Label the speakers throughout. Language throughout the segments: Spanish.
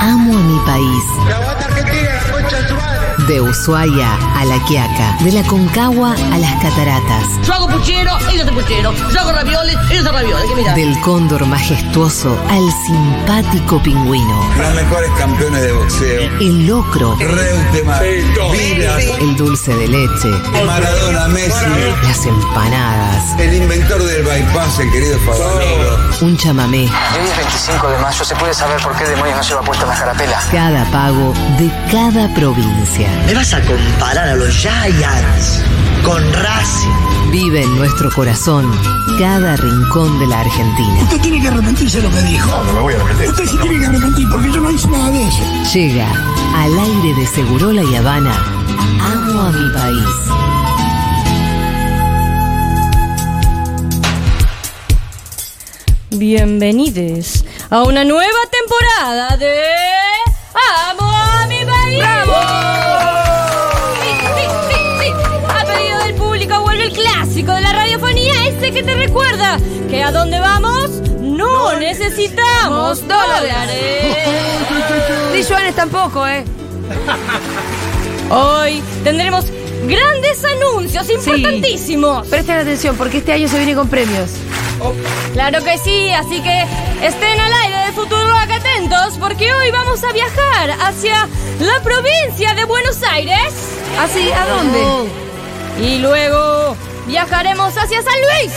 Speaker 1: Amo a mi país.
Speaker 2: La guata argentina, la concha de su madre.
Speaker 1: De Ushuaia a La Quiaca. De la Concagua a las Cataratas.
Speaker 3: Yo hago puchero, ellos hacen puchero. Yo hago ravioles, ellos hacen ravioles. ¿Qué mirá?
Speaker 1: Del cóndor majestuoso al simpático pingüino.
Speaker 4: Los mejores campeones de boxeo.
Speaker 1: El locro.
Speaker 4: Reutemann, Vilas,
Speaker 1: El dulce de leche.
Speaker 4: Maradona, Messi,
Speaker 1: Las empanadas.
Speaker 4: el inventor del bypass, el querido Fabanero.
Speaker 1: Un chamamé.
Speaker 5: Hoy es 25 de mayo, ¿se puede saber por qué demonios no lleva puesta una carapela?
Speaker 1: Cada pago de cada provincia.
Speaker 6: ¿Me vas a comparar a los Giants con Racing?
Speaker 1: Vive en nuestro corazón cada rincón de la Argentina.
Speaker 7: Usted tiene que arrepentirse de lo que dijo. No, no me voy a arrepentir. Usted se tiene que arrepentir porque yo no hice nada de eso.
Speaker 1: Llega al aire de Segurola y Habana. Amo a mi país.
Speaker 8: Bienvenidos a una nueva temporada de Amo a mi país. Sí, sí, sí, sí. A pedido del público vuelve el clásico de la radiofonía ese que te recuerda que a dónde vamos no, necesitamos dólares.
Speaker 9: Ni Joanes tampoco, ¿eh?
Speaker 8: Hoy tendremos grandes anuncios importantísimos. Oh.
Speaker 9: Presten atención porque este año se viene con premios.
Speaker 8: Claro que sí, así que estén al aire de futuro acá atentos porque hoy vamos a viajar hacia la provincia de Buenos Aires
Speaker 9: ¿Así? ¿A dónde?
Speaker 8: y luego viajaremos hacia San Luis.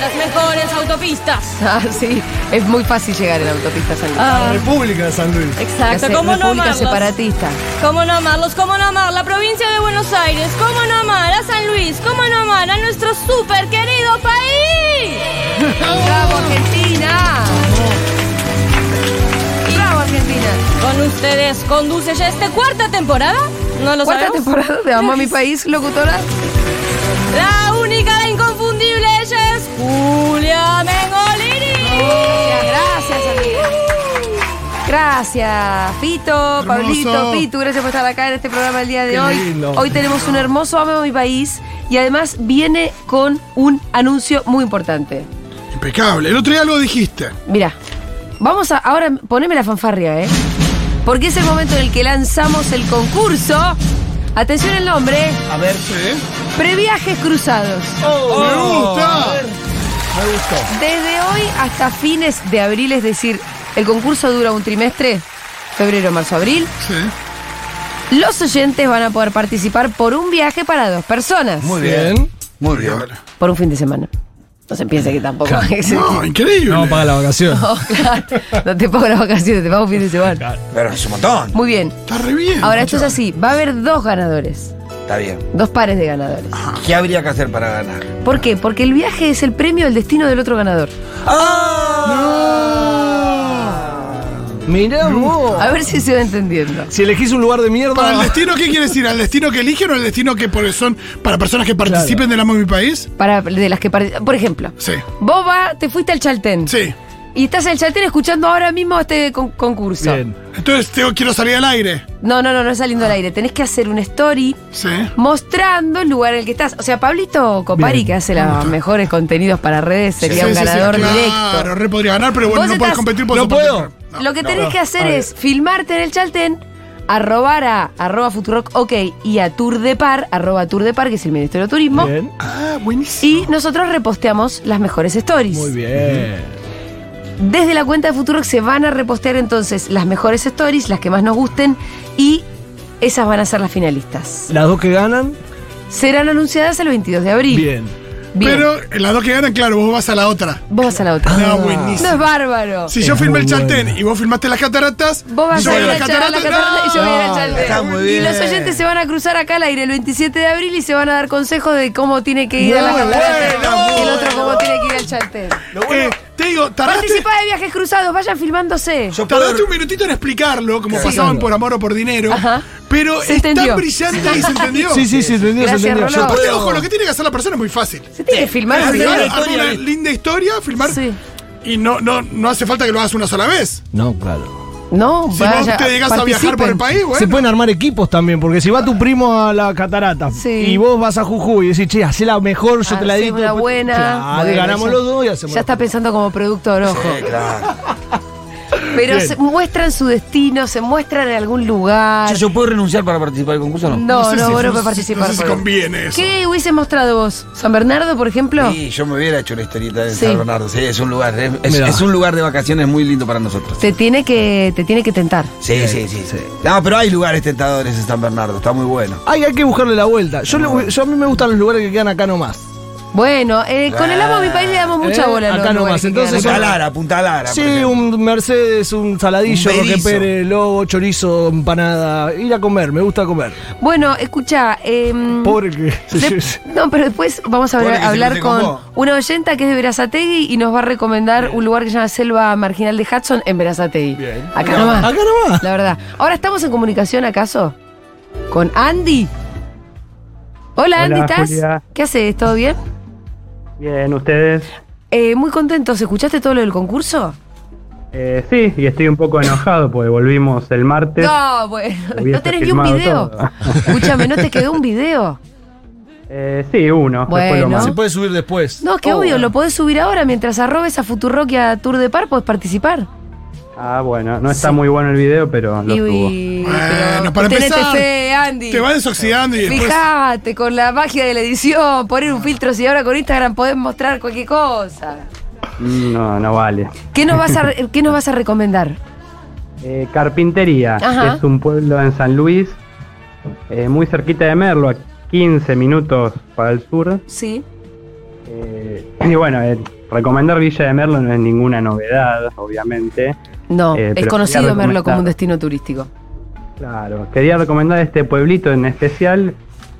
Speaker 8: Las mejores autopistas.
Speaker 9: Ah, sí. Es muy fácil llegar en autopista San Luis.
Speaker 10: República de San Luis.
Speaker 8: Ah. exacto,
Speaker 9: Hacer
Speaker 8: ¿cómo no
Speaker 9: República
Speaker 8: amarlos?
Speaker 9: separatista.
Speaker 8: ¿Cómo no amarlos? ¿Cómo no amar la provincia de Buenos Aires? ¿Cómo no amar a San Luis? ¿Cómo no amar a nuestro súper querido país?
Speaker 9: ¡Bravo, Argentina! ¡Bravo, Argentina!
Speaker 8: Con ustedes conduce ya esta cuarta temporada. No lo
Speaker 9: ¿Cuarta
Speaker 8: sabemos.
Speaker 9: temporada de Amo a mi país, locutora?
Speaker 8: La única, la inconfundible, ella es Julia Mengolini.
Speaker 9: Gracias, amiga. Gracias, Pito, Pablito, Pitu, gracias por estar acá en este programa el día de
Speaker 10: Qué
Speaker 9: hoy.
Speaker 10: lindo.
Speaker 9: Hoy tenemos un hermoso Amo a mi país y además viene con un anuncio muy importante.
Speaker 10: Impecable. El otro día algo dijiste.
Speaker 9: Mira, vamos a. Ahora poneme la fanfarria, ¿eh? Porque es el momento en el que lanzamos el concurso. Atención el nombre:
Speaker 10: A ver. Sí.
Speaker 9: Previajes Cruzados. Oh.
Speaker 10: me gusta. Me gustó.
Speaker 9: Desde hoy hasta fines de abril, es decir, el concurso dura un trimestre: febrero, marzo, abril.
Speaker 10: Sí.
Speaker 9: Los oyentes van a poder participar por un viaje para dos personas.
Speaker 10: Muy bien. Muy bien.
Speaker 9: Por un fin de semana. No se piense que tampoco.
Speaker 10: No, increíble.
Speaker 11: No, para la vacación.
Speaker 9: No, claro. No te pago las vacaciones, te pago un fin de semana.
Speaker 4: Pero es un montón.
Speaker 9: Muy bien.
Speaker 10: Está re bien.
Speaker 9: Ahora, esto es
Speaker 10: muchacho.
Speaker 9: así: va a haber dos ganadores.
Speaker 4: Está bien.
Speaker 9: Dos pares de ganadores.
Speaker 4: ¿Qué habría que hacer para ganar?
Speaker 9: ¿Por qué? Porque el viaje es el premio del destino del otro ganador.
Speaker 10: ¡Ah!
Speaker 11: Mirá vos.
Speaker 9: Mm. A ver si se va entendiendo.
Speaker 11: Si elegís un lugar de
Speaker 10: ¿Para el
Speaker 11: mierda.
Speaker 10: destino qué quieres ir? ¿Al destino que eligen o al destino que por- son para personas que participen del Amo de mi país?
Speaker 9: Para de las que par- por ejemplo,
Speaker 10: Sí.
Speaker 9: vos va, te fuiste al Chaltén.
Speaker 10: Sí.
Speaker 9: Y estás en el Chaltén escuchando ahora mismo este con- concurso.
Speaker 11: Bien.
Speaker 10: Entonces tengo, quiero salir al aire.
Speaker 9: No, no, no, no es saliendo al aire. Tenés que hacer una story
Speaker 10: Sí.
Speaker 9: mostrando el lugar en el que estás. O sea, Pablito Copari,
Speaker 11: Bien.
Speaker 9: que hace
Speaker 10: Ah.
Speaker 9: los mejores contenidos para redes,
Speaker 10: Sí,
Speaker 9: sería un
Speaker 10: sí, sí,
Speaker 9: ganador
Speaker 10: claro,
Speaker 9: directo.
Speaker 10: re podría ganar, pero bueno,
Speaker 9: Vos
Speaker 10: no podés
Speaker 9: estás-
Speaker 10: competir por
Speaker 11: No
Speaker 10: su
Speaker 11: puedo.
Speaker 10: participación. No.
Speaker 9: Lo que tenés
Speaker 11: no.
Speaker 9: que hacer
Speaker 11: A ver.
Speaker 9: es filmarte en el Chaltén, arrobar a arroba Futurock OK y a Tour de Par, arroba Tour de Par, que es el Ministerio de Turismo.
Speaker 11: Bien.
Speaker 10: Ah, buenísimo.
Speaker 9: Y nosotros reposteamos las mejores stories.
Speaker 11: Muy bien.
Speaker 9: Desde la cuenta de Futurock se van a repostear entonces las mejores stories, las que más nos gusten, y esas van a ser las finalistas.
Speaker 11: Las dos que ganan.
Speaker 9: Serán anunciadas el 22 de abril.
Speaker 11: Bien.
Speaker 9: Bien.
Speaker 10: Pero en las dos que ganan, claro, vos vas a la otra.
Speaker 9: Vos vas a la otra.
Speaker 10: Ah, buenísimo.
Speaker 9: No es bárbaro.
Speaker 10: Si yo
Speaker 11: Es
Speaker 10: filmé el
Speaker 11: muy
Speaker 10: Chaltén
Speaker 11: bueno.
Speaker 10: y vos filmaste las cataratas,
Speaker 9: Vos vas
Speaker 10: yo
Speaker 9: a
Speaker 10: voy
Speaker 9: ir a charlar a la catarata y yo voy
Speaker 10: Eh,
Speaker 9: a ir a Chaltén.
Speaker 4: Está muy bien.
Speaker 9: Y los oyentes se van a cruzar acá al aire el 27 de abril y se van a dar consejos de cómo tiene que ir a la
Speaker 10: Muy
Speaker 9: catarata
Speaker 10: bueno,
Speaker 9: y el
Speaker 10: muy
Speaker 9: otro cómo tiene que ir al Chaltén.
Speaker 10: Eh, te digo, tardaste,
Speaker 9: Participa de viajes cruzados, vayan filmándose.
Speaker 4: Yo puedo-
Speaker 10: tardaste un minutito en explicarlo, como pasaban por amor o por dinero,
Speaker 9: Ajá.
Speaker 10: pero
Speaker 9: Se
Speaker 10: es
Speaker 9: entendió.
Speaker 10: tan brillante y se entendió.
Speaker 11: Sí, sí, sí, entendió, se
Speaker 9: Gracias,
Speaker 11: entendió.
Speaker 9: Rolón.
Speaker 10: Aparte,
Speaker 4: Yo puedo-
Speaker 10: ojo, lo que tiene que hacer la persona es muy fácil.
Speaker 9: Se tiene que filmar.
Speaker 10: Armar
Speaker 4: Armar
Speaker 10: una,
Speaker 4: una historia.
Speaker 10: linda historia, filmar.
Speaker 9: Sí.
Speaker 10: Y no, no, no hace falta que lo hagas una sola vez.
Speaker 11: No, claro.
Speaker 9: No,
Speaker 10: Si
Speaker 9: vaya,
Speaker 10: vos te llegas a viajar por el
Speaker 9: participen.
Speaker 10: país, bueno.
Speaker 11: Se pueden armar equipos también, porque si va tu primo a la catarata
Speaker 9: Sí.
Speaker 11: y vos vas a Jujuy y decís, che, hacé la mejor, yo te la
Speaker 9: Hacemos una
Speaker 11: edito.
Speaker 12: pues,
Speaker 11: después-
Speaker 9: buena.
Speaker 11: Claro,
Speaker 9: Bueno,
Speaker 11: ganamos
Speaker 9: ya-
Speaker 11: los dos y hacemos.
Speaker 9: Ya
Speaker 11: la-
Speaker 9: está pensando como productor, ojo.
Speaker 4: Eh, claro.
Speaker 9: Pero
Speaker 12: Bien.
Speaker 9: se muestran su destino, se muestran en algún lugar.
Speaker 4: Che, ¿Yo puedo renunciar para participar del concurso o no?
Speaker 9: No, no,
Speaker 10: sé si-
Speaker 9: vos
Speaker 10: no
Speaker 9: no puedes
Speaker 10: sé-
Speaker 9: participar.
Speaker 10: no sé si
Speaker 9: por él.
Speaker 10: conviene eso.
Speaker 9: ¿Qué hubiese mostrado vos? ¿San Bernardo, por ejemplo?
Speaker 4: Sí, yo me hubiera hecho una historieta en
Speaker 9: Sí.
Speaker 4: San Bernardo. Sí, es un lugar, es, es-
Speaker 12: Mirá.
Speaker 4: es un lugar de vacaciones muy lindo para nosotros.
Speaker 9: Te tiene que, te tiene que tentar.
Speaker 4: Sí, sí, sí, sí. No, pero hay lugares tentadores en San Bernardo, está muy bueno.
Speaker 12: Hay, hay que buscarle la vuelta. Yo, le- yo a mí me gustan los lugares que quedan acá nomás.
Speaker 9: Bueno, eh, con el amo de mi país le damos mucha
Speaker 12: Eh,
Speaker 9: bola. a los
Speaker 12: acá
Speaker 9: lugares
Speaker 12: nomás,
Speaker 9: que
Speaker 12: entonces
Speaker 9: quedan
Speaker 4: Punta
Speaker 9: acá.
Speaker 4: Lara, Punta Lara. por
Speaker 12: Sí,
Speaker 4: ejemplo.
Speaker 12: un Mercedes, un saladillo,
Speaker 4: Un
Speaker 12: Roque
Speaker 4: berizo.
Speaker 12: Pérez, lobo, chorizo, empanada. Ir a comer, me gusta comer.
Speaker 9: Bueno, escucha. em,
Speaker 12: Pobre que.
Speaker 9: de- no, pero después vamos a
Speaker 4: Pobre
Speaker 9: hablar,
Speaker 4: que se
Speaker 9: hablar
Speaker 4: mete con
Speaker 9: con
Speaker 4: vos.
Speaker 9: una oyenta que es de Verazategui y nos va a recomendar un lugar que se llama Selva Marginal de Hudson en Verazategui. Acá nomás.
Speaker 12: Acá nomás.
Speaker 9: La verdad. Ahora estamos en comunicación, ¿acaso? Con Andy. Hola, Andy, ¿estás? ¿Qué haces? ¿Todo bien?
Speaker 11: Bien, ustedes.
Speaker 9: Eh, muy contentos. ¿Escuchaste todo lo del concurso?
Speaker 11: Eh, sí, y estoy un poco enojado porque volvimos el martes.
Speaker 9: No, bueno.
Speaker 11: Hubiese
Speaker 9: No tenés ni un
Speaker 11: filmado
Speaker 9: video.
Speaker 11: todo.
Speaker 9: Escúchame, ¿no te quedó un video?
Speaker 11: Eh, sí, uno. Después
Speaker 9: Bueno.
Speaker 11: lo
Speaker 12: Se
Speaker 11: mando.
Speaker 12: puede subir después.
Speaker 9: No, qué obvio, lo podés subir ahora mientras arrobes a Futurock y a Tour de Par, podés participar.
Speaker 11: Ah, bueno, no está
Speaker 9: Sí.
Speaker 11: muy bueno el video, pero lo subo.
Speaker 10: Bueno, para
Speaker 9: tenete
Speaker 10: empezar,
Speaker 9: fe, Andy.
Speaker 10: Te va desoxidando y después.
Speaker 9: Fijate con la magia de la edición, poner un filtro si ahora con Instagram podés mostrar cualquier cosa.
Speaker 11: No, no vale.
Speaker 9: ¿Qué nos vas a, re- qué nos vas a recomendar?
Speaker 11: Eh, Carpintería,
Speaker 9: Ajá.
Speaker 11: que es un pueblo en San Luis, eh, muy cerquita de Merlo, a 15 minutos para el sur.
Speaker 9: Sí.
Speaker 11: Eh, y bueno, eh, recomendar Villa de Merlo no es ninguna novedad, obviamente.
Speaker 9: No,
Speaker 11: Eh,
Speaker 9: es
Speaker 11: pero
Speaker 9: conocido
Speaker 11: quería
Speaker 9: Merlo como un
Speaker 11: recomendar.
Speaker 9: destino turístico.
Speaker 11: Claro, quería recomendar este pueblito en especial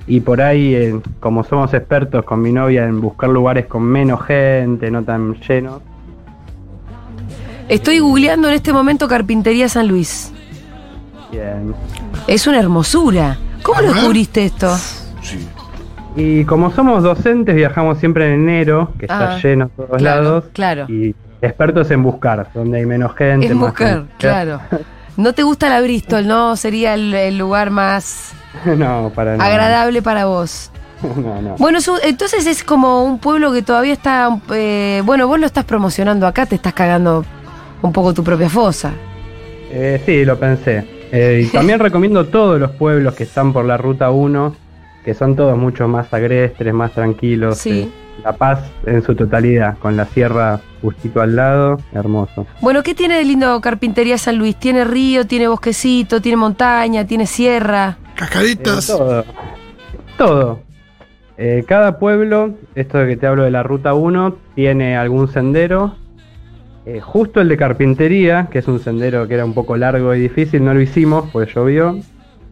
Speaker 11: y por ahí, eh, como somos expertos con mi novia en buscar lugares con menos gente, no tan llenos,
Speaker 9: Estoy googleando en este momento Carpintería San Luis.
Speaker 11: bien.
Speaker 9: Es una hermosura. ¿Cómo
Speaker 10: Ah.
Speaker 9: lo descubriste esto?
Speaker 11: Y como somos docentes, viajamos siempre en enero, que
Speaker 9: Ah,
Speaker 11: está lleno por todos
Speaker 9: claro,
Speaker 11: lados,
Speaker 9: claro.
Speaker 11: y expertos en buscar, donde hay menos gente.
Speaker 9: Es
Speaker 11: más
Speaker 9: mujer,
Speaker 11: gente.
Speaker 9: claro. No te gusta la Bristol, ¿no? Sería el, el lugar más
Speaker 11: no, para nada.
Speaker 9: agradable para vos.
Speaker 11: No, no.
Speaker 9: Bueno, su- entonces es como un pueblo que todavía está... eh, bueno, vos lo estás promocionando acá, te estás cagando un poco tu propia fosa.
Speaker 11: Eh, sí, lo pensé. Eh, y también recomiendo todos los pueblos que están por la ruta 1, que son todos mucho más agrestres, más tranquilos.
Speaker 9: Sí.
Speaker 11: eh, La Paz en su totalidad, con la sierra justito al lado, hermoso.
Speaker 9: Bueno, ¿qué tiene de lindo Carpintería San Luis? Tiene río, tiene bosquecito, tiene montaña, tiene sierra.
Speaker 11: Eh,
Speaker 10: Cascaditas.
Speaker 11: todo. Todo. Eh, cada pueblo, esto de que te hablo de la ruta 1, tiene algún sendero. Eh, justo el de carpintería, que es un sendero que era un poco largo y difícil, no lo hicimos porque llovió.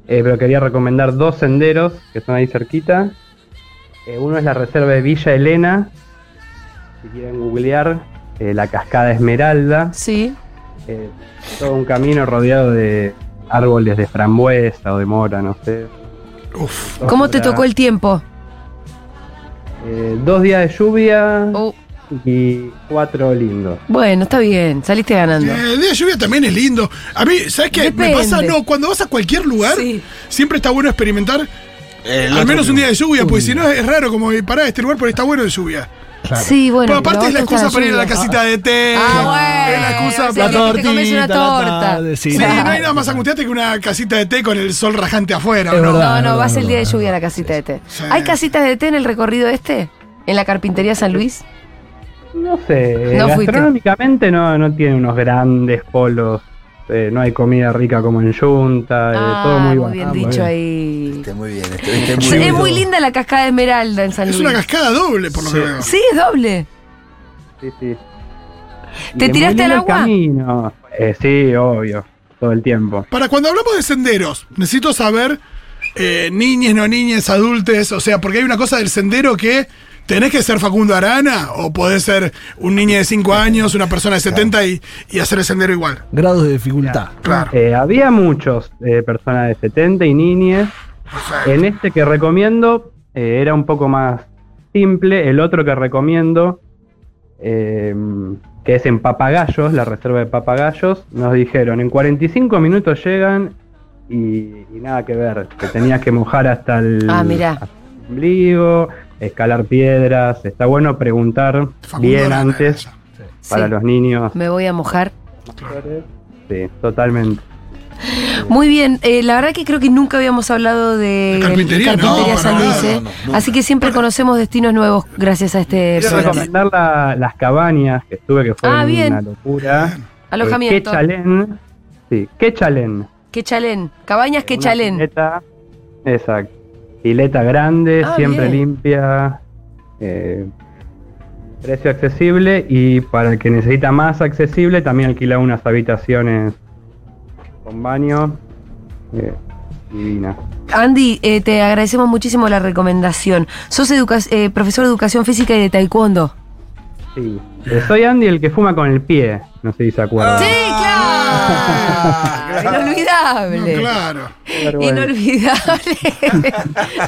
Speaker 11: Eh, pero quería recomendar dos senderos que son ahí cerquita. Eh, uno es la reserva de Villa Elena. Si quieren googlear, eh, la cascada Esmeralda.
Speaker 9: Sí.
Speaker 11: Eh, todo un camino rodeado de árboles de frambuesa o de mora, no sé.
Speaker 10: Uf.
Speaker 9: ¿Cómo te tocó el tiempo?
Speaker 11: Eh, dos días de lluvia
Speaker 9: Oh,
Speaker 11: y cuatro lindos.
Speaker 9: bueno, está bien, saliste ganando.
Speaker 10: Eh, El día de lluvia también es lindo. A mí, ¿sabes qué?
Speaker 9: Depende.
Speaker 10: Me pasa, no, cuando vas a cualquier lugar,
Speaker 9: Sí.
Speaker 10: siempre está bueno experimentar
Speaker 4: Eh,
Speaker 10: al
Speaker 4: El otro
Speaker 10: menos un
Speaker 4: club.
Speaker 10: día de lluvia, porque si no es raro, como eh, pará, este lugar, pero está bueno de lluvia.
Speaker 9: Sí, bueno.
Speaker 10: pero aparte
Speaker 9: pero
Speaker 10: es la
Speaker 9: a vos te gusta
Speaker 10: excusa para ir a la
Speaker 9: lluvia.
Speaker 10: casita de té.
Speaker 9: Ah, bueno.
Speaker 10: Es la excusa
Speaker 9: Sí, La
Speaker 10: para.
Speaker 9: torta. que te comes una
Speaker 12: tortita, la
Speaker 9: torta.
Speaker 12: tarde, sí.
Speaker 10: Sí, no
Speaker 9: Claro.
Speaker 10: hay nada más angustiante que una casita de té con el sol rajante afuera,
Speaker 12: Es
Speaker 10: ¿no?
Speaker 12: verdad.
Speaker 9: No, no,
Speaker 12: es
Speaker 9: vas el
Speaker 12: verdad,
Speaker 9: día de
Speaker 12: es
Speaker 9: lluvia a la casita de té.
Speaker 10: Sí.
Speaker 9: ¿Hay casitas de té en el recorrido este? ¿En la carpintería San Luis?
Speaker 11: No sé,
Speaker 9: No fuiste.
Speaker 11: gastronómicamente no, no tiene unos grandes polos. eh, no hay comida rica como en Yunta, eh,
Speaker 9: Ah,
Speaker 11: todo muy,
Speaker 9: muy
Speaker 11: bueno.
Speaker 9: bien
Speaker 11: Ah,
Speaker 9: dicho ahí.
Speaker 4: Este, muy bien, este, este,
Speaker 9: Sí,
Speaker 4: muy
Speaker 9: es
Speaker 4: bien.
Speaker 9: muy linda la cascada de Esmeralda en San
Speaker 10: Es
Speaker 9: Luis.
Speaker 10: una cascada doble, por lo que veo.
Speaker 9: Sí, es doble.
Speaker 11: Sí, sí. Y
Speaker 9: ¿Te
Speaker 11: es muy
Speaker 9: tiraste al
Speaker 11: lindo el
Speaker 9: agua?
Speaker 11: camino. Eh, sí, obvio, todo el tiempo.
Speaker 10: Para cuando hablamos de senderos, necesito saber eh, niñes, no niñes, adultes, o sea, porque hay una cosa del sendero que tenés que ser Facundo Arana o podés ser un niño de 5 años, una persona de 70 y, y hacer el sendero igual.
Speaker 12: Grados de dificultad.
Speaker 10: Claro.
Speaker 11: Eh, había muchos eh, personas de 70 y niñes. En este que recomiendo eh, era un poco más simple. El otro que recomiendo, eh, que es en Papagayos, la reserva de Papagayos, nos dijeron en 45 minutos llegan y, y nada que ver. Te tenías que mojar hasta el,
Speaker 9: Ah, mirá.
Speaker 11: hasta el ombligo, escalar piedras. Está bueno preguntar
Speaker 10: Facundo
Speaker 11: bien
Speaker 10: Arana,
Speaker 11: antes
Speaker 10: eso.
Speaker 9: Sí.
Speaker 11: para los niños.
Speaker 9: Me voy a mojar.
Speaker 11: Sí, totalmente.
Speaker 9: Muy bien, eh, la verdad que creo que nunca habíamos hablado de,
Speaker 11: De carpintería,
Speaker 9: carpintería
Speaker 11: no,
Speaker 9: San
Speaker 11: para
Speaker 9: Luis,
Speaker 11: nada,
Speaker 9: ¿eh?
Speaker 11: no, no, no.
Speaker 9: Así que siempre conocemos destinos nuevos gracias a este
Speaker 11: Quiero
Speaker 9: programa.
Speaker 11: recomendar la- las cabañas que estuve, que fue
Speaker 9: Ah, bien.
Speaker 11: una locura. Eh,
Speaker 9: Alojamiento.
Speaker 11: Quechalén. Sí, Quechalén.
Speaker 9: Quechalén, cabañas Quechalén.
Speaker 11: Exacto. Pileta grande,
Speaker 9: Ah,
Speaker 11: siempre
Speaker 9: bien.
Speaker 11: limpia. eh, precio accesible. Y para el que necesita más accesible, también alquila unas habitaciones con baño. eh, divina.
Speaker 9: Andy, eh, te agradecemos muchísimo la recomendación. Sos educa- eh, profesor de educación física y de taekwondo.
Speaker 11: Sí. Eh, Soy Andy el que fuma con el pie. No sé si se acuerdan.
Speaker 9: Inolvidable.
Speaker 10: No, Ah, claro.
Speaker 9: Inolvidable.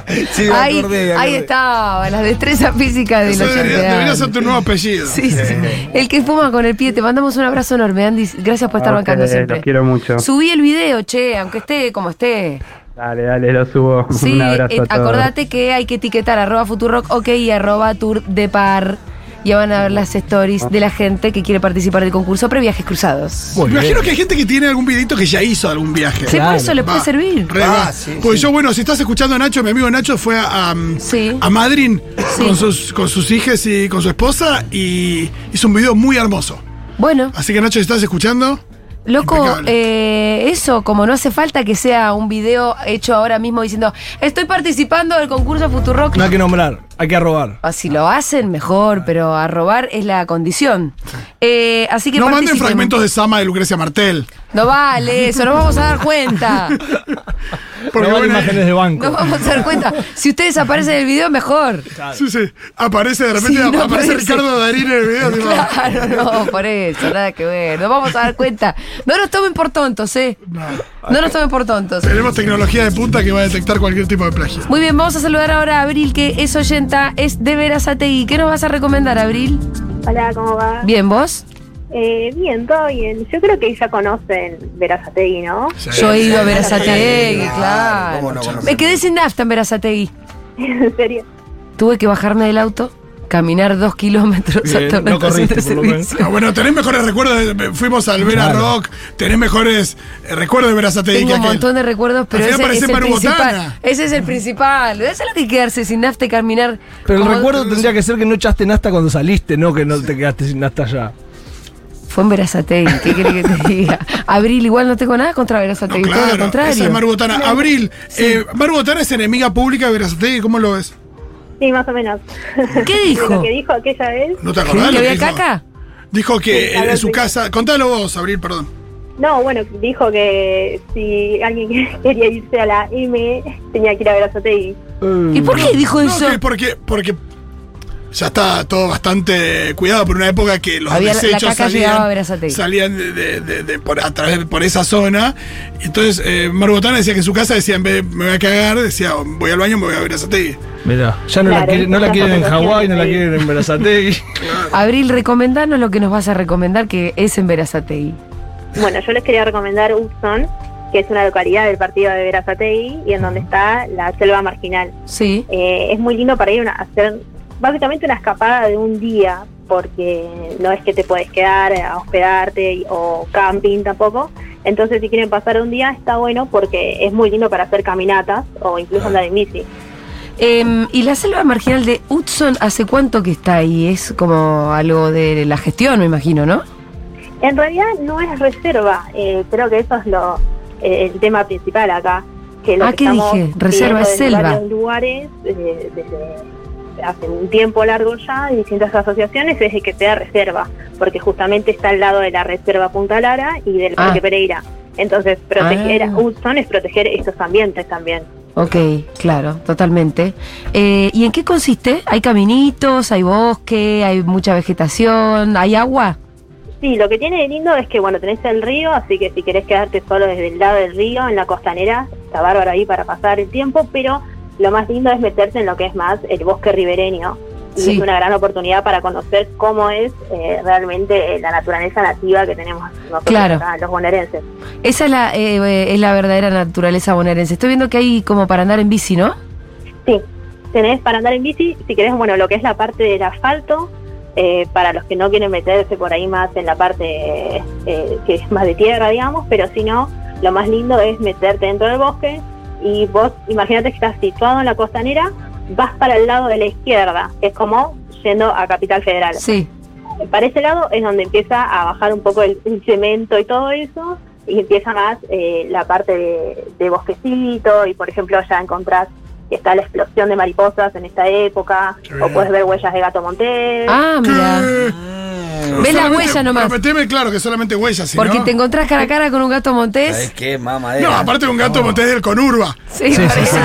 Speaker 10: Sí, me
Speaker 9: ahí,
Speaker 10: acordé, me acordé.
Speaker 9: ahí estaba, las destrezas físicas de
Speaker 10: Eso
Speaker 9: los
Speaker 10: debería, debería ser tu nuevo apellido.
Speaker 9: Sí, sí. El que fuma con el pie, te mandamos un abrazo enorme, Andy. Gracias por estar
Speaker 11: A
Speaker 9: bancando
Speaker 11: ustedes,
Speaker 9: siempre.
Speaker 11: Los quiero mucho.
Speaker 9: Subí el video, che, aunque esté como esté.
Speaker 11: Dale, dale, lo subo.
Speaker 9: Ah. Sí,
Speaker 11: Un abrazo
Speaker 9: eh,
Speaker 11: a todos.
Speaker 9: acordate que hay que etiquetar arroba Futurock ok y arroba Tour de Par. Ya van a ver las stories de la gente que quiere participar del concurso Previajes Cruzados.
Speaker 10: Me imagino que hay gente que tiene algún videito que ya hizo algún viaje.
Speaker 9: Sí, por eso le puede
Speaker 10: Va,
Speaker 9: servir.
Speaker 10: re va. Porque yo, bueno, si estás escuchando a Nacho, mi amigo Nacho fue a, um, a Madrid con sus, con sus hijas y con su esposa y hizo un video muy hermoso.
Speaker 9: Bueno.
Speaker 10: Así que Nacho, si estás escuchando,
Speaker 9: Loco,
Speaker 10: Impecable.
Speaker 9: eh, eso, como no hace falta que sea un video hecho ahora mismo diciendo estoy participando del concurso Futurock.
Speaker 12: No hay que nombrar, hay que arrobar.
Speaker 9: O si lo hacen, mejor, pero a robar es la condición. Eh, así que
Speaker 10: no manden
Speaker 9: participen.
Speaker 10: fragmentos de Sama de Lucrecia Martel.
Speaker 9: No vale eso, nos vamos a dar cuenta.
Speaker 10: Porque
Speaker 12: no hay
Speaker 10: bueno,
Speaker 12: imágenes de banco.
Speaker 9: Nos vamos a dar cuenta. Si ustedes aparecen en el video, mejor.
Speaker 10: sí, sí. Aparece de repente,
Speaker 9: Sí, no
Speaker 10: aparece,
Speaker 9: aparece.
Speaker 10: Ricardo Darín en el video. tipo,
Speaker 9: Claro, no, por eso, nada que ver. Nos vamos a dar cuenta. No nos tomen por tontos, ¿eh? No nos tomen por tontos.
Speaker 10: Tenemos tecnología de punta que va a detectar cualquier tipo de plagio.
Speaker 9: Muy bien, vamos a saludar ahora a Abril, que es oyenta, es de Verazategui. ¿Qué nos vas a recomendar, Abril?
Speaker 8: Hola, ¿cómo va?
Speaker 9: Bien, ¿vos?
Speaker 8: Eh, bien, todo bien. Yo creo que ya conocen Verazategui, ¿no?
Speaker 9: Yo he ido a Verazategui, claro. Me quedé sin nafta en Verazategui.
Speaker 8: En serio.
Speaker 9: Tuve que bajarme del auto, caminar dos kilómetros
Speaker 10: Bien,
Speaker 9: hasta una
Speaker 10: no corriste,
Speaker 9: estación de
Speaker 10: por lo menos.
Speaker 9: servicio.
Speaker 10: Ah, bueno, tenés mejores recuerdos. de- fuimos al Vera Rock. Tenés mejores eh, recuerdos de Verazatei
Speaker 9: Tengo
Speaker 10: que
Speaker 9: un
Speaker 10: aquel.
Speaker 9: montón de recuerdos, pero
Speaker 10: Al final
Speaker 9: ese es,
Speaker 10: parece
Speaker 9: el
Speaker 10: Maru
Speaker 9: principal,
Speaker 10: Botana.
Speaker 9: ese es el principal. Eso es lo que quedarse sin nafta y caminar.
Speaker 12: Pero el
Speaker 9: como-
Speaker 12: recuerdo tendría que ser que no echaste nasta cuando saliste, no que no te quedaste sin nasta ya.
Speaker 9: Fue en Verazategui, ¿qué querés que te diga? Abril, igual no tengo nada contra Verazategui, todo lo
Speaker 10: Claro,
Speaker 9: contrario.
Speaker 10: esa es Maru Botana. Abril, eh, Maru Botana es enemiga pública de Verazatei. ¿Cómo lo ves?
Speaker 8: Sí, más o menos.
Speaker 9: ¿Qué dijo?
Speaker 8: Lo que dijo aquella vez.
Speaker 10: ¿No te acordás?
Speaker 8: ¿Que
Speaker 10: lo
Speaker 8: había
Speaker 10: dijo?
Speaker 8: caca?
Speaker 10: Dijo que
Speaker 8: Sí,
Speaker 10: en,
Speaker 8: algo
Speaker 10: en su
Speaker 8: así.
Speaker 10: casa. Contalo vos, Abril, perdón.
Speaker 8: No, bueno, dijo que si alguien quería irse a la M, tenía que ir a Verazategui.
Speaker 9: ¿Y por qué dijo
Speaker 10: No,
Speaker 9: eso?
Speaker 10: que porque, porque ya está todo bastante cuidado por una época que los
Speaker 9: Había- la
Speaker 10: desechos
Speaker 9: caca llegaba a Berazategui.
Speaker 10: salían, salían de, de- de- de- por, a través de- por esa zona. Entonces, eh, Marbotana decía que en su casa decía, en vez de me voy a cagar, decía, voy al baño, me voy a Verazategui.
Speaker 12: Mirá, ya no, la,
Speaker 10: Claro,
Speaker 12: quiere- no la
Speaker 10: esa
Speaker 12: quieren en
Speaker 10: foto
Speaker 12: Hawái, no
Speaker 10: tiene
Speaker 12: la
Speaker 10: ahí.
Speaker 12: quieren en Verazategui.
Speaker 9: Abril, recomendanos lo que nos vas a recomendar, que es en Verazategui.
Speaker 8: Bueno, yo les quería recomendar Upson, que es una localidad del partido de Verazategui y en donde está la selva marginal.
Speaker 9: Sí.
Speaker 8: Eh, es muy lindo para ir a una- a hacer básicamente una escapada de un día, porque no es que te puedes quedar a hospedarte y- o camping tampoco. Entonces, si quieren pasar un día, está bueno porque es muy lindo para hacer caminatas o incluso andar en bici.
Speaker 9: Em, ¿Y la selva marginal de Hudson hace cuánto que está ahí? Es como algo de la gestión, me imagino, ¿no?
Speaker 8: En realidad no es reserva, eh, creo que eso es lo eh, el tema principal acá. Que lo
Speaker 9: Ah,
Speaker 8: que
Speaker 9: ¿qué
Speaker 8: estamos
Speaker 9: dije?
Speaker 8: pidiendo
Speaker 9: Reserva es
Speaker 8: en
Speaker 9: selva.
Speaker 8: varios lugares eh, desde hace un tiempo largo ya, en distintas asociaciones, es de que sea reserva, porque justamente está al lado de la reserva Punta Lara y del
Speaker 9: Ah.
Speaker 8: Parque Pereira. Entonces, proteger
Speaker 9: Ah.
Speaker 8: a Hudson es proteger estos ambientes también.
Speaker 9: Ok, claro, totalmente. Eh, ¿Y en qué consiste? ¿Hay caminitos, hay bosque, hay mucha vegetación, hay agua?
Speaker 8: Sí, lo que tiene de lindo es que, bueno, tenés el río, así que si querés quedarte solo desde el lado del río, en la costanera, está bárbaro ahí para pasar el tiempo, pero lo más lindo es meterte en lo que es más el bosque ribereño. Y
Speaker 9: Sí.
Speaker 8: es una gran oportunidad para conocer cómo es eh, realmente eh, la naturaleza nativa que tenemos nosotros
Speaker 9: Claro.
Speaker 8: acá, los bonaerenses.
Speaker 9: Esa es la, eh, eh, es la verdadera naturaleza bonaerense. Estoy viendo que hay como para andar en bici, ¿no?
Speaker 8: Sí, tenés para andar en bici, si querés, bueno, lo que es la parte del asfalto, eh, para los que no quieren meterse por ahí más en la parte eh, que es más de tierra, digamos, pero si no, lo más lindo es meterte dentro del bosque y vos imagínate que estás situado en la costanera, vas para el lado de la izquierda, que es como yendo a Capital Federal.
Speaker 9: Sí.
Speaker 8: Para ese lado es donde empieza a bajar un poco el, el cemento y todo eso, y empieza más eh, la parte de, de bosquecito, y por ejemplo ya encontrás que está la explosión de mariposas en esta época, o puedes ver huellas de gato montés.
Speaker 9: Ah, mira. Ves la huella nomás.
Speaker 10: Prometeme, claro, que solamente huellas. si
Speaker 9: Porque
Speaker 10: no-
Speaker 9: te encontrás cara a cara con un gato montés.
Speaker 4: qué, mamá?
Speaker 10: Eh, No, aparte de un gato montés del Conurba.
Speaker 9: Sí, por eso.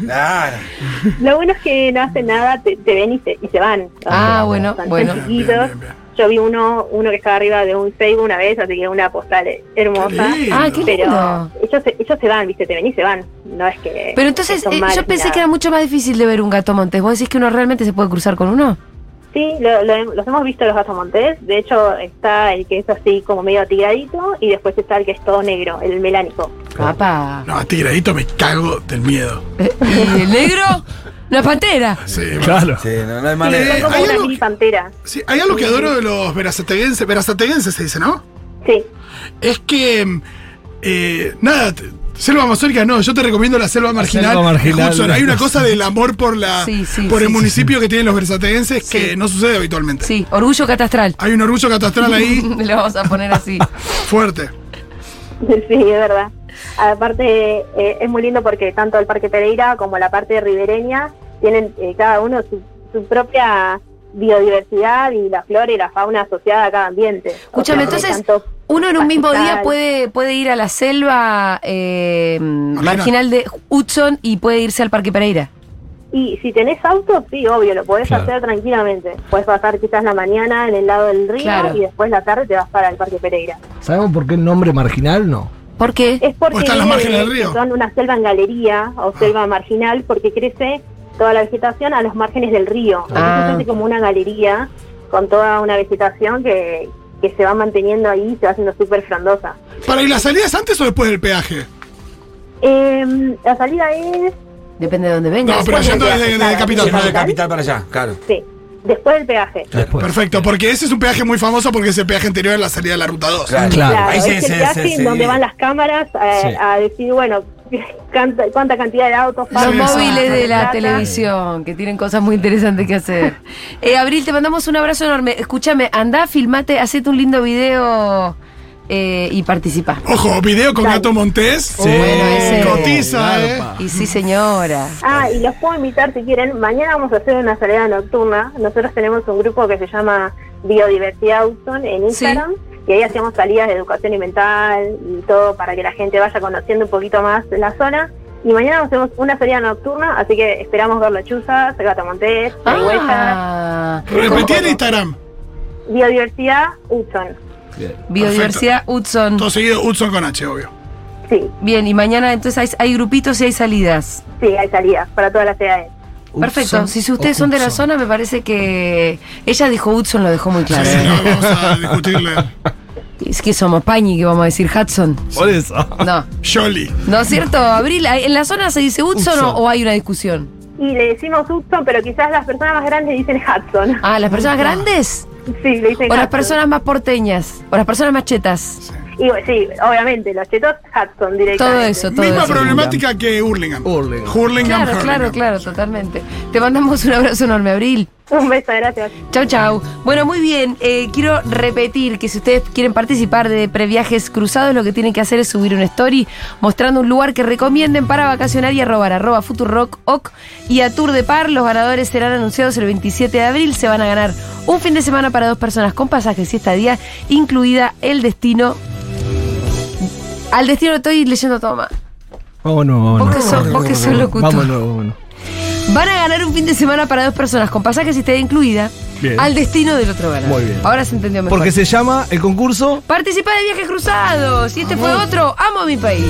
Speaker 4: Claro.
Speaker 8: Lo bueno es que no hacen nada, te, te ven y se, y se van.
Speaker 9: Ah, bueno,
Speaker 8: Están
Speaker 9: bueno.
Speaker 8: chiquitos. Yo vi uno, uno que estaba arriba de un Facebook una vez, así que una postal hermosa.
Speaker 9: Qué lindo. Ah, qué
Speaker 8: Pero
Speaker 9: lindo.
Speaker 8: ellos, se- ellos se van, viste, te ven y se van. No es que.
Speaker 9: Pero entonces,
Speaker 8: que son
Speaker 9: eh,
Speaker 8: malos
Speaker 9: yo
Speaker 8: ni
Speaker 9: pensé
Speaker 8: nada.
Speaker 9: que era mucho más difícil de ver un gato montés. ¿Vos decís que uno realmente se puede cruzar con uno?
Speaker 8: Sí, lo- lo hem- los hemos visto los gatos montés. De hecho, está el que es así como medio atiradito y después está el que es todo negro, el melánico.
Speaker 9: Papá.
Speaker 10: No, tigradito me cago del miedo.
Speaker 9: ¿Y el negro? ¿Una pantera?
Speaker 10: Sí,
Speaker 12: Claro.
Speaker 4: Sí, no, no hay
Speaker 8: Sí,
Speaker 4: manera.
Speaker 8: son como una mini pantera.
Speaker 10: Sí, hay algo que adoro de los verazateguenses, verazateguenses se dice, ¿no?
Speaker 8: Sí.
Speaker 10: Es que, mm, eh, nada, t- selva amazónica no, yo te recomiendo la selva marginal.
Speaker 12: selva marginal.
Speaker 10: Hudson, hay una cosa del amor por la
Speaker 9: Sí, sí,
Speaker 10: por el
Speaker 9: sí,
Speaker 10: municipio que tienen los verazateguenses que no sucede habitualmente.
Speaker 9: Sí, orgullo catastral.
Speaker 10: Hay un orgullo catastral ahí
Speaker 9: Lo vamos a poner así.
Speaker 10: fuerte.
Speaker 8: Sí, es verdad. Aparte, eh, es muy lindo porque tanto el Parque Pereira como la parte ribereña tienen eh, cada uno su, su propia biodiversidad y la flora y la fauna asociada a cada ambiente.
Speaker 9: Escúchame,
Speaker 8: O sea,
Speaker 9: entonces,
Speaker 8: tanto
Speaker 9: Uno en un mismo día
Speaker 8: pastizal.
Speaker 9: puede, puede ir a la selva eh, marginal de Hudson y puede irse al Parque Pereira.
Speaker 8: Y si tenés auto, sí, obvio, lo podés
Speaker 12: Claro.
Speaker 8: hacer tranquilamente. Puedes pasar quizás la mañana en el lado del río
Speaker 9: Claro.
Speaker 8: y después la tarde te vas para el Parque Pereira.
Speaker 13: ¿Sabemos por qué el nombre marginal no?
Speaker 9: ¿Por qué?
Speaker 8: Es porque
Speaker 10: O está en las
Speaker 8: eh,
Speaker 10: márgenes del río. Ah.
Speaker 8: son una selva en galería o selva marginal porque crece toda la vegetación a los márgenes del río. Entonces
Speaker 9: Ah.
Speaker 8: hace como una galería con toda una vegetación que, que se va manteniendo ahí y se va haciendo súper frondosa.
Speaker 10: Para ir las salidas antes o después del peaje.
Speaker 8: Em, la salida es,
Speaker 9: Depende de dónde vengas.
Speaker 10: No, pero yendo desde,
Speaker 8: peaje,
Speaker 10: desde
Speaker 8: claro.
Speaker 10: capital.
Speaker 8: Yendo de
Speaker 4: Capital para allá, claro.
Speaker 8: sí, después del peaje.
Speaker 4: Pues
Speaker 10: Perfecto, porque ese es un peaje muy famoso porque es el peaje anterior a la salida de la ruta 2.
Speaker 4: Claro.
Speaker 8: Claro,
Speaker 4: Ahí
Speaker 8: es
Speaker 4: se-
Speaker 8: el
Speaker 4: se-
Speaker 8: viaje
Speaker 4: se-
Speaker 8: en
Speaker 4: se-
Speaker 8: donde van las cámaras eh,
Speaker 4: Sí.
Speaker 8: a decir, bueno, canta- cuánta cantidad de autos
Speaker 9: Los
Speaker 8: pasan,
Speaker 9: móviles de la
Speaker 8: plata.
Speaker 9: televisión, que tienen cosas muy interesantes que hacer. Eh, Abril, te mandamos un abrazo enorme. Escúchame, andá, filmate, hacete un lindo video eh, y participá.
Speaker 10: Ojo, video con Gato Montés. Sí.
Speaker 9: Oh, Bueno, ese-
Speaker 10: Cotiza,
Speaker 9: Claro,
Speaker 10: eh.
Speaker 9: pa. Y sí, señora.
Speaker 8: Ah, y los puedo invitar si quieren. Mañana vamos a hacer una salida nocturna. Nosotros tenemos un grupo que se llama Biodiversidad Hudson en Instagram. Y ahí hacemos salidas de educación ambiental y todo para que la gente vaya conociendo un poquito más la zona. Y mañana hacemos una salida nocturna, así que esperamos ver la chuza, el gato montés, la huella,
Speaker 9: Ah,
Speaker 10: Repetí en Instagram.
Speaker 8: Biodiversidad Hudson.
Speaker 9: Biodiversidad Hudson.
Speaker 10: Todo seguido, Hudson con H, obvio.
Speaker 8: Sí,
Speaker 9: Bien, y mañana entonces hay, hay grupitos y hay salidas.
Speaker 8: sí, hay salidas para todas las edades.
Speaker 9: Perfecto.
Speaker 13: Hudson
Speaker 9: Si ustedes
Speaker 13: o
Speaker 9: son de la
Speaker 13: Hudson.
Speaker 9: zona, me parece que ella dijo Hudson, lo dejó muy claro.
Speaker 10: Sí, no, vamos a discutirle.
Speaker 9: Es que somos pañi, que vamos a decir Hudson.
Speaker 12: Por eso.
Speaker 9: No.
Speaker 10: Jolly.
Speaker 9: ¿No es cierto, Abril? ¿En la zona se dice Hudson,
Speaker 12: Hudson.
Speaker 9: O, o hay una discusión?
Speaker 8: Y le decimos Hudson, pero quizás las personas más grandes dicen Hudson.
Speaker 9: Ah, ¿las personas grandes?
Speaker 8: Sí, le dicen
Speaker 9: ¿O las
Speaker 8: Hudson.
Speaker 9: personas más porteñas? ¿O las personas más chetas?
Speaker 8: Y bueno, sí, obviamente, los chetos Hudson directamente.
Speaker 9: Todo eso, todo
Speaker 10: Misma
Speaker 9: eso.
Speaker 10: problemática que Hurlingham.
Speaker 13: Hurlingham.
Speaker 10: Hurlingham.
Speaker 9: Claro, claro, claro, totalmente. Te mandamos un abrazo enorme, Abril.
Speaker 8: Un beso, gracias.
Speaker 9: Chau, chau. Bueno, muy bien. Eh, quiero repetir que si ustedes quieren participar de previajes cruzados, lo que tienen que hacer es subir una story mostrando un lugar que recomienden para vacacionar y arrobar arroba Futurock ok, y a Tour de Par. Los ganadores serán anunciados el 27 de abril. Se van a ganar un fin de semana para dos personas con pasajes y estadía, incluida el destino. Al destino lo estoy leyendo todo mal.
Speaker 13: Vámonos, vámonos.
Speaker 9: Vos que sos-
Speaker 13: Vámonos,
Speaker 9: vos que sos
Speaker 13: vámonos.
Speaker 9: locutor.
Speaker 13: Vámonos, vámonos.
Speaker 9: Van a ganar un fin de semana para dos personas con pasajes y estadía incluida.
Speaker 12: Bien.
Speaker 9: Al destino del otro ganador.
Speaker 12: Muy bien.
Speaker 9: Ahora se entendió mejor.
Speaker 12: Porque se llama el concurso
Speaker 9: Participa de viajes cruzados. Y este fue otro. Amo mi país.